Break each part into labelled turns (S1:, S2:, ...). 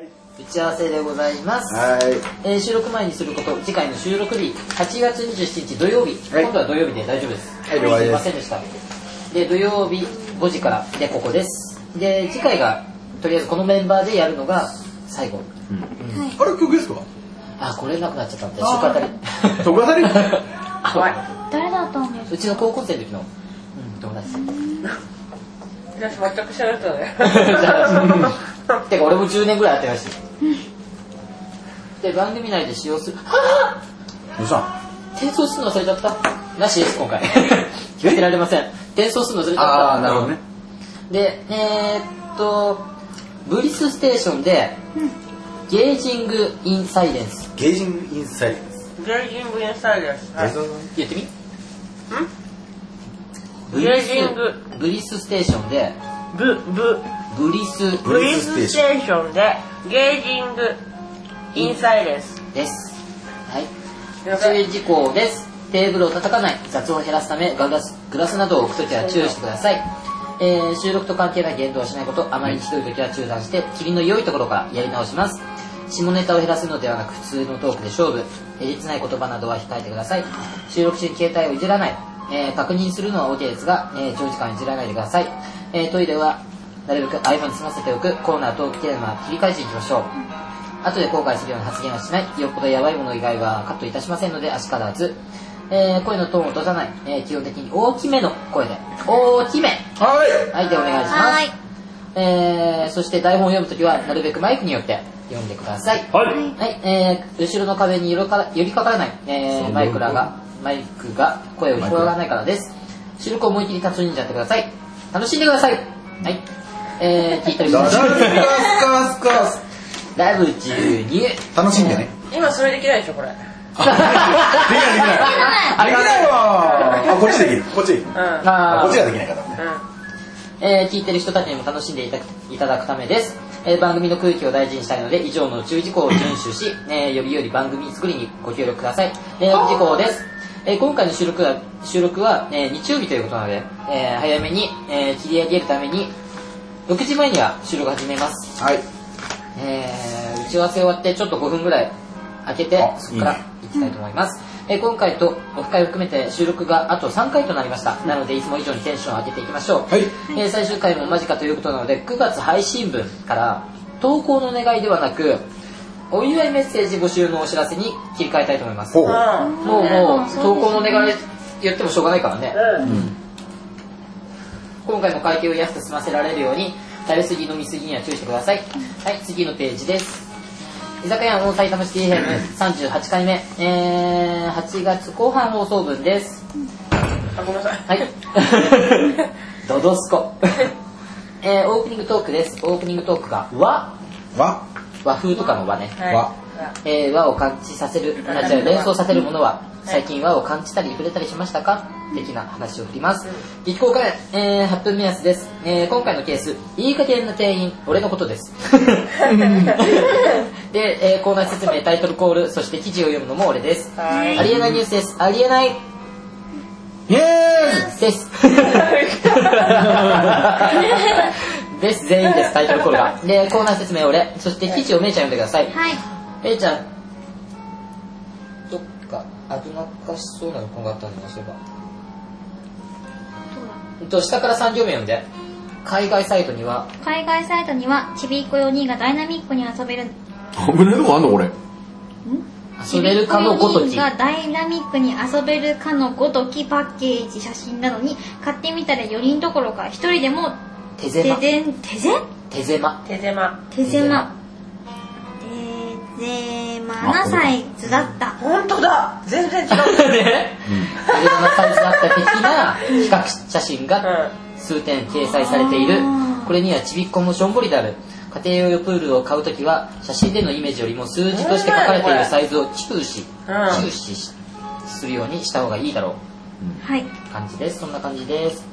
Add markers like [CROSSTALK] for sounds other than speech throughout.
S1: 打ち合わせでございます、
S2: はい。
S1: えー収録前にすること次回の収録日8月27日土曜日、
S2: はい
S1: 今度は土曜日で大丈夫です、
S2: はい了
S1: す
S2: 解
S1: い
S2: で
S1: ますせんでしたで土曜日5時からでここですで次回がとりあえずこのメンバーでやるのが最後
S3: はい。
S2: あれ曲ですか
S1: あこれなくなっちゃったんで食あたり
S2: 曲当た
S1: [LAUGHS]
S2: り
S1: 怖い
S3: 誰だったんです
S1: うちの高校生の時の、うん、友達
S4: 私全く知らな [LAUGHS] かったね。
S1: うんてか俺も10年ぐらい会ってないしで番組内で使用する [LAUGHS] はぁ
S2: どうした
S1: 転送するの忘れちゃったなしです今回 [LAUGHS] 決めてられません転送するの忘れちゃった
S2: あー、なるほどね。
S1: でえー、っとブリスステーションで、ゲージング・イン・サイレンス
S2: ゲージングインサイドです。
S4: ゲージングインサイです。はい。
S1: 言ってみ
S4: ゲージング
S1: ブリスステーションで
S4: ブ、ブ、
S1: ブリス
S2: ブ
S4: ブ
S2: リ
S4: リ
S2: ス
S4: ス
S2: ス
S4: ス
S2: テ
S4: テーションで、ゲージングインサイです。
S1: ですはい
S4: 了
S1: 注
S4: 解
S1: 意事項ですテーブルを叩かない雑音を減らすためガラスグラスなどを置くときは注意してください、えー収録と関係ない言動をしないことあまりひどいときは中断して霧の良いところからやり直します下ネタを減らすのではなく普通のトークで勝負えげつない言葉などは控えてください収録中に携帯をいじらない、えー確認するのは OK ですが、えー長時間いじらないでください、えートイレはなるべく合間に済ませておくコーナートークテーマ切り返していきましょう、後で後悔するような発言はしないよっぽどやばいもの以外はカットいたしませんので足からず、えー声のトーンを落とさない、えー基本的に大きめの声で大きめ
S2: はい。
S1: はいでお願いします
S3: はい
S1: えーそして台本を読むときはなるべくマイクによって読んでください
S2: はい。
S1: はい、えー後ろの壁に寄りか寄りかからない、えーマイクラがマイクが声を聞こえらないからです収録を思い切り楽しんじゃってください楽しんでくださいはいえー、聞いており
S2: ダ
S1: ま
S2: ダ
S1: す
S2: ダスカスカス
S1: ラブ12
S2: カ楽しんでね。
S4: 今それできないでしょ、これ。うん。
S2: できないできない。
S1: あれ
S2: でき
S1: が
S2: ないわあ、こっちできる。こっちできる。
S4: う
S1: あ
S2: こっ
S1: ー
S2: ちができないからね。
S4: ん。
S1: えー聞いてる人たちにも楽しんでいたいただくためです、えー番組の空気を大事にしたいので以上の注意事項を遵守し、 [LAUGHS] えーよりより番組作りにご協力ください、えー事項です、えー今回の収録は収録は、えー日曜日ということなので、えー早めに、えー切り上げるために6時前には収録始めます、
S2: はい。
S1: えー打ち合わせ終わってちょっと5分ぐらい開けて
S2: あ
S1: そこから
S2: いいね
S1: 行きたいと思いますえー今回とオフ会を含めて収録があと3回となりました、なのでいつも以上にテンションを上げていきましょう、
S2: はい。
S1: えー最終回も間近ということなので9月配信分から投稿のお願いではなくお祝いメッセージ募集のお知らせに切り替えたいと思います
S2: ほ
S1: も
S2: う。は
S4: うん。
S1: うもう投稿のお願い言ってもしょうがないからね今回も会計を安く済ませられるように食べ過ぎ飲み過ぎには注意してくださいはい次のページです居酒屋の埼玉シティ FM38 回目、えー、8月後半放送分です
S4: あ、ごめんなさい。
S1: はい。ドドスコ。えー、オープニングトークです。オープニングトークが和、和風とかの和ね。
S4: はい。
S2: わ
S1: えー、和を感じさせる、あ違う連想させるものは、最近和を感じたり触れたりしましたか的な話を振ります。実行会、えー、8分目安です。えー、今回のケース、いい加減な店員、俺のことです。で、えー、コーナー説明、タイトルコール、そして記事を読むのも俺です。
S4: は
S1: ありえないニュースです。ありえない
S2: イェーイ
S1: です。です、全員です、タイトルコールが。で、コーナー説明俺、そして記事をめいちゃん読んでください。
S3: はい
S1: めいちゃん、どっか危なっかしそうなのこがあったんだな、そういえば。うんと、下から3行目読んで。海外サイトには、
S3: 海外サイトにはちびっこ4人がダイナミックに遊べるん
S5: 危ないとこあんのこれ。
S1: 遊べるかのごと
S3: ちびっこ
S1: き。
S3: 四人がダイナミックに遊べるかのごときパッケージ写真などに買ってみたら4人どころか1人でも
S1: 手
S3: 手
S1: 狭。
S3: 狭手狭
S1: 手狭。
S4: 手狭。
S3: 手狭手狭なサイズだった
S4: 本当だ全然違う。
S1: ね手狭なサイズだった的な比較写真が数点掲載されている
S3: あー
S1: これにはちびっこもしょんぼりである家庭用プールを買うときは写真でのイメージよりも数字として書かれているサイズを注視
S4: うん
S1: 注視しするようにした方がいいだろ
S3: はい。
S1: う感じですそんな感じです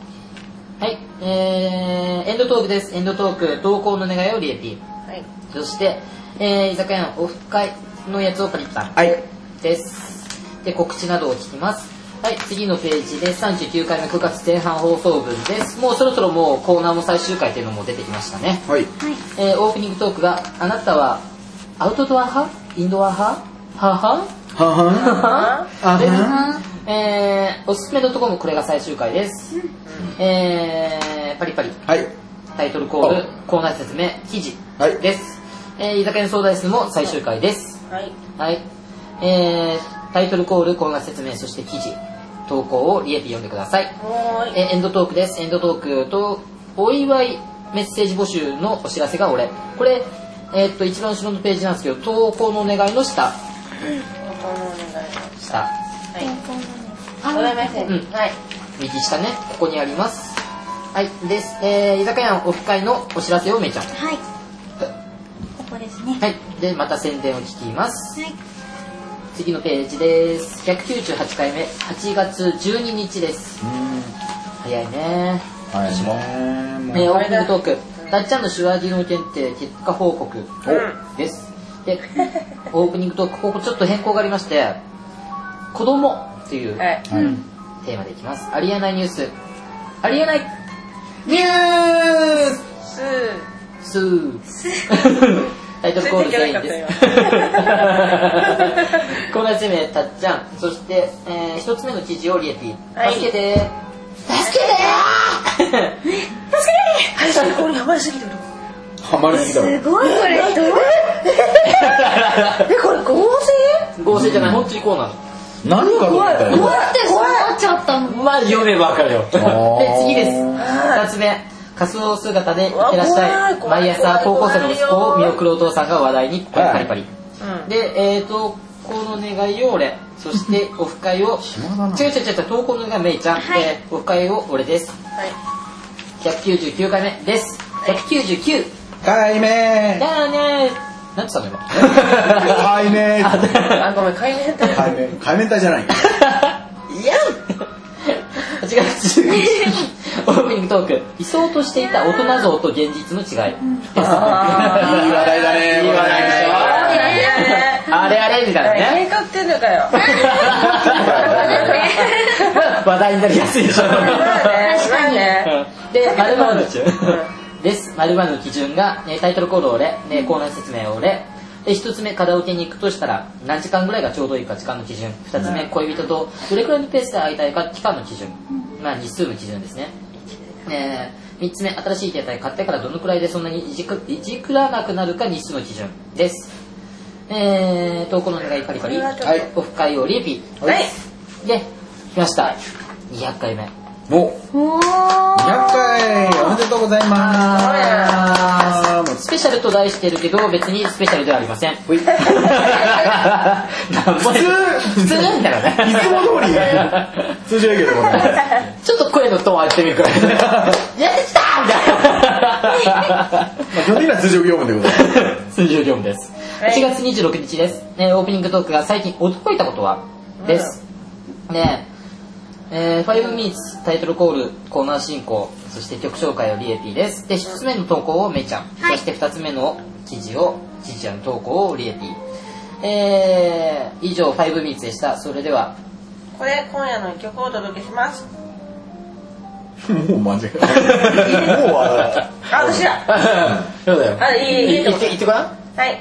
S1: はいえー、エンドトークですエンドトーク投稿の願いをリエピ
S4: うん。はい。
S1: そして、えー、居酒屋のオフ会のやつをパリッタン
S2: はい。
S1: です。で、告知などを聞きます。はい、次のページです。39回目9月前半放送分です。もうそろそろもうコーナーも最終回というのも出てきましたね。
S2: はい。
S3: はい。
S1: えーオープニングトークが、あなたはアウトドア派インドア派は
S2: はは
S4: あ
S2: あはん
S3: あ
S1: はえー、おすすめのとこもこれが最終回です。えー、パリパリ。
S2: はい
S1: タイトルコール
S2: あ、
S1: コーナー説明、記事
S2: はい
S1: です。えー、居酒屋の相談室も最終回です。
S4: はい。
S1: はい。えー、タイトルコール、コーナー説明、そして記事、投稿をリエピ読んでください。
S4: はーい。
S1: えエンドトークですエンドトークとお祝いメッセージ募集のお知らせが俺これ、えーっと一番後ろのページなんですけど投稿のお願いの下
S4: このお願いします
S1: 下
S4: はい。
S3: あ
S4: ごめんなさい。
S1: うん
S4: はい。
S1: 右下ねここにありますはいです、えー居酒屋のオフ会のお知らせをめいちゃんは
S3: はいここですねはい
S1: でまた宣伝を聞きます次のページです198回目8月12日です早いね
S2: はい
S1: 私も
S2: ね
S1: えー
S2: もう
S1: オープニングトーク、たっちゃんの手話技能検定結果報告です。で、 [LAUGHS] オープニングトーク、ここちょっと変更がありまして、子供という
S4: は
S1: テ
S4: い。
S2: はい
S1: ーマでいきます。ありえないニュース。ありえないニュ
S4: す
S1: ースタイトルコール全員です。
S4: 全然じゃなかった
S1: [LAUGHS] コーナー説明、たっちゃん。そして、えー一つ目の記事をリエピ
S4: は
S1: ー。
S4: い
S1: 助けて助けて
S4: はい、最高にハマりすぎてる。
S2: ハマりすぎだろ
S3: すごいこれどう
S4: え、これ合成
S1: 合成じゃない、本当にこうなの。
S2: 何がどうだ
S4: う
S2: よ
S4: わ
S3: やってそうなっちゃったの
S1: まあ読めばわかるよ。 [LAUGHS] で
S2: ー
S1: 次です。二つ目。仮装姿で行ってらっしゃ
S4: うわ怖い
S1: い。
S4: 怖い
S1: 毎朝高校生の息子を見送るお父さんが話題に、これ
S2: はい
S1: パリパリ。
S4: うん。
S1: で、えーと、この願いを俺、そしてオフ会を、
S2: 暇だな
S1: 違う違う違う、投稿の願いめいちゃん、
S3: はい
S1: で、オフ会を俺です。
S4: はい。
S1: 199回目です。199。
S2: 解明
S1: だよねー。なんて言ったの今。
S2: 解明
S1: あ
S4: あ、ごめん、買いに行った。
S2: 解明解明体じゃないよ
S1: いやん8月15日オープニングトーク理想としていた大人像と現実の違い、
S4: あ
S2: いい話題だね
S1: いい話題でしょあれあれみたいなね
S4: 計画ってんのか
S1: [LAUGHS]
S4: よ。
S1: 話題になりやすいでしょ
S4: 確かにね。
S1: で〇〇の基準です〇〇の基準が、えータイトルコール俺、ね、コーナー説明俺で一つ目カラオケに行くとしたら何時間ぐらいがちょうどいいか時間の基準二つ目恋人とどれくらいのペースで会いたいか期間の基準まあ日数の基準ですねえー、3つ目、新しい携帯買ってからどのくらいでそんなにいじくいじくらなくなるか日数の基準です。えー、投稿のお願いパリパリ、
S4: これはちょっと
S1: はい、オフ会をリエピ、
S4: はい。
S1: で、来ました。200回目。
S2: もう
S3: おー
S2: 200回おめでとうございま
S1: あ
S2: す
S1: スペシャルと題してるけど、別にスペシャルではありません。
S2: ほい
S1: 普
S2: 普通
S1: 普通なんだろう
S2: い
S1: ね。
S2: つも通り通常営業でございます
S1: ちょっと声のトーン上げてみるから。やってきたみたいな。
S2: まあ基本的には通常業務でございます
S1: [LAUGHS] 数十業務です。
S4: はい
S1: 8月26日です。ね、オープニングトークが最近驚いたことはです。ねえ、えー、5 minutes タイトルコール、コーナー進行、そして曲紹介をリエピーです。で、1つ目の投稿をめいちゃん、
S3: はい
S1: そして2つ目の記事を、記事ちゃんの投稿をリエピー。えー、以上5 minutes でした。それでは、
S4: これ、今夜の一曲をお届けします。
S2: もう間違えたもう笑った
S4: あ、私だ
S1: そうだよ
S4: あいいいいいい
S1: 言って、言ってごらん。
S4: はい。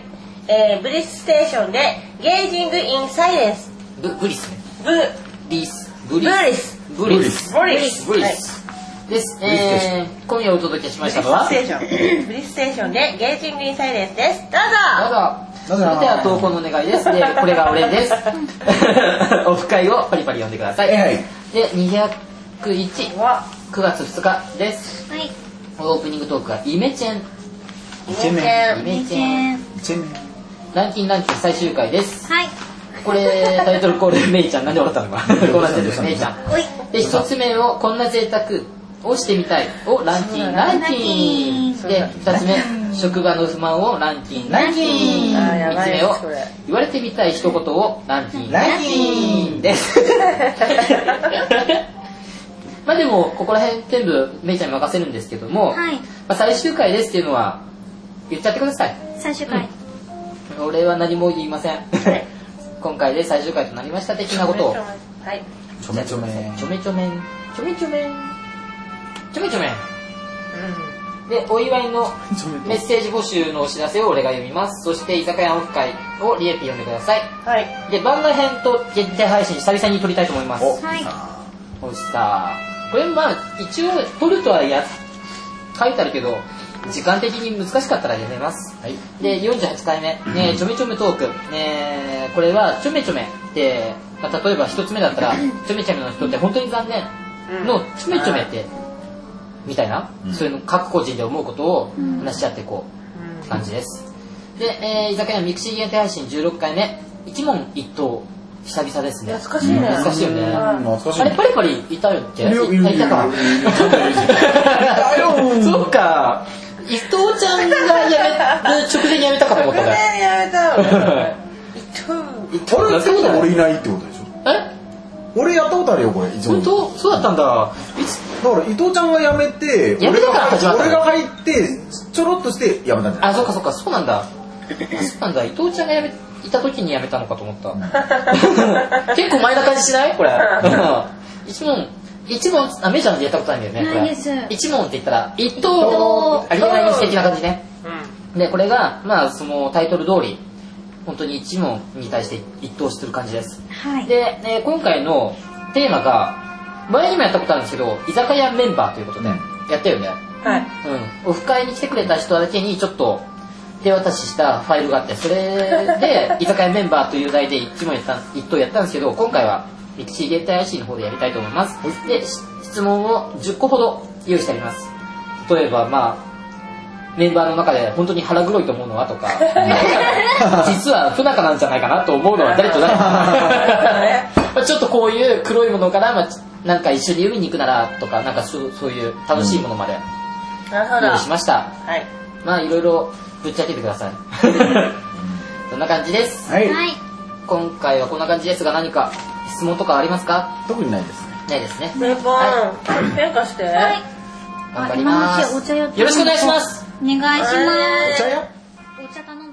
S4: えー、ブリスステーションで、ゲージングインサイレンス。
S1: ブ、ブリスね。
S4: ブ、
S1: リス。
S4: ブ
S1: ブリス。
S4: リス。
S1: ブリス。
S4: ブリス。
S1: ブリス。です。えー、今夜お届けしま
S4: ブ
S1: し
S4: リ
S1: た
S4: ス
S1: のは
S4: ス、テーション。ブリスステーションで、ゲージングインサイレンスです。どうぞ
S1: どうぞ。
S2: どう
S1: それ
S2: ぞ
S1: では投稿のお願いです。で、これが俺 [LAUGHS] です。オフ会をパリパリ読んでください。
S2: え
S1: で、201、
S4: わ
S1: 9月2日です。
S3: はい
S1: オープニングトークがイメチェン。
S4: イ
S2: イケメン
S1: イ
S4: ン
S1: メ
S3: め
S1: チ
S3: ち
S1: ェン。
S2: いちなみ
S3: ゃん
S2: に
S1: ランキンランキン最終回です。
S3: はい
S1: これ、タイトルコール、めいちゃん。なんで笑った [LAUGHS] のか。こうなってるめいちゃん。
S3: おい
S1: で、一つ目を、こんな贅沢をしてみたいをランキンランキン。で、二つ目、職場の不満をランキンランキン。
S4: あーや
S1: 三
S4: ば
S1: つ
S4: い
S1: 目を
S4: それ、
S1: 言われてみたい一言をランキン
S2: ラ
S1: ラ
S2: ン
S1: ン
S2: キ
S1: キ
S2: ン
S1: ンです。 [LAUGHS] まあでも、ここら辺全部、めいちゃんに任せるんですけども、ま
S3: はい
S1: あ最終回ですっていうのは、言っちゃってください。
S3: 最終回
S1: 俺は何も言いません。今回で最終回となりました的なことを。
S4: はい。
S2: ちょめちょめ
S1: ちょめちょめん。ちょめちょめん。ちょめちょめん。
S4: う
S1: でお祝いの
S2: ちょっと
S1: メッセージ募集のお知らせを俺が読みますそして居酒屋オフ会をリエピ読んでください
S4: はい。
S1: で番外編と限定配信久々に撮りたいと思います
S2: お
S3: はい
S1: これさこれまあ一応撮るとはや書いてあるけど時間的に難しかったらやめます
S2: はい
S1: で48回目、ね、ちょめちょめトーク、ね、これはちょめちょめって、まあ、例えば一つ目だったらちょめちょめの人って本当に残念のちょめちょめってみたいな、
S2: うん
S1: そういうの各個人で思うことを
S3: うん
S1: 話し合っていこうって感じですで、えー居酒屋ミクシー限定配信16回目一問一答久々ですね
S4: 懐かしいね。
S1: 懐かしいよね
S2: うん懐かしい
S1: あれパリパリいたよって
S2: いるよいるよ
S1: あいたか
S2: いるよちょっといるしいたよ
S1: [LAUGHS] そうか伊藤ちゃんがやめ直前にやめたかと思
S4: こ
S1: っ
S4: れ
S1: た
S4: で
S1: ね
S2: [LAUGHS]
S4: やめたの。一等
S1: 伊
S2: あれってことは俺いないってことでしょ
S1: え
S2: 俺やったことあるよこれ一応
S1: 本当そうだったんだいつ
S2: だから伊藤ちゃんが辞めて
S1: 辞めてから始まったの
S2: 俺が入ってちょろっとして辞めたんじゃない
S1: あそうかそうかそうなんだあそうなんだ伊藤ちゃんがやめいた時にやめたのかと思
S2: [LAUGHS]
S1: った結構前な感じしないこれ一問一問あめちゃんでやったことないんだよねこ
S3: ない
S1: れ
S3: です
S1: 一問って言ったら一
S3: 答
S1: 答ありえない的な感じね
S4: う
S1: でこれがまあそのタイトル通り本当に一問に対して一答してる感じです
S3: はい
S1: で、えー今回のテーマが前にもやったことあるんですけど居酒屋メンバーということで、
S2: うん
S1: やったよね
S4: ん。はい。
S1: うん、オフ会に来てくれた人だけにちょっと手渡ししたファイルがあってそれで居酒屋メンバーという題で一問やった一等やったんですけど今回はミクシーデータ配信の方でやりたいと思いますでし質問を10個ほど用意してあります例えばまあメンバーの中で本当に腹黒いと思うのはとか実は不仲なんじゃないかなと思うのは誰と誰まあちょっとこういう黒いものから、まあち、なんか一緒に海に行くならとかなんかそうそういう楽しいものまで
S4: なるほど。
S1: 用意しました、
S4: はい。
S1: まあいろいろぶっちゃけてください。そんな感じです。
S2: はい、
S3: はい
S1: 今回はこんな感じですが何か質問とかありますか
S2: 特にないですね
S1: ないですね。
S4: ル
S1: は
S4: ポン、変化して。
S3: はい
S1: 頑張ります。
S3: あ今のうちお茶やって
S1: よろしくお願いします。
S3: お願いします
S2: お茶屋
S3: お茶頼む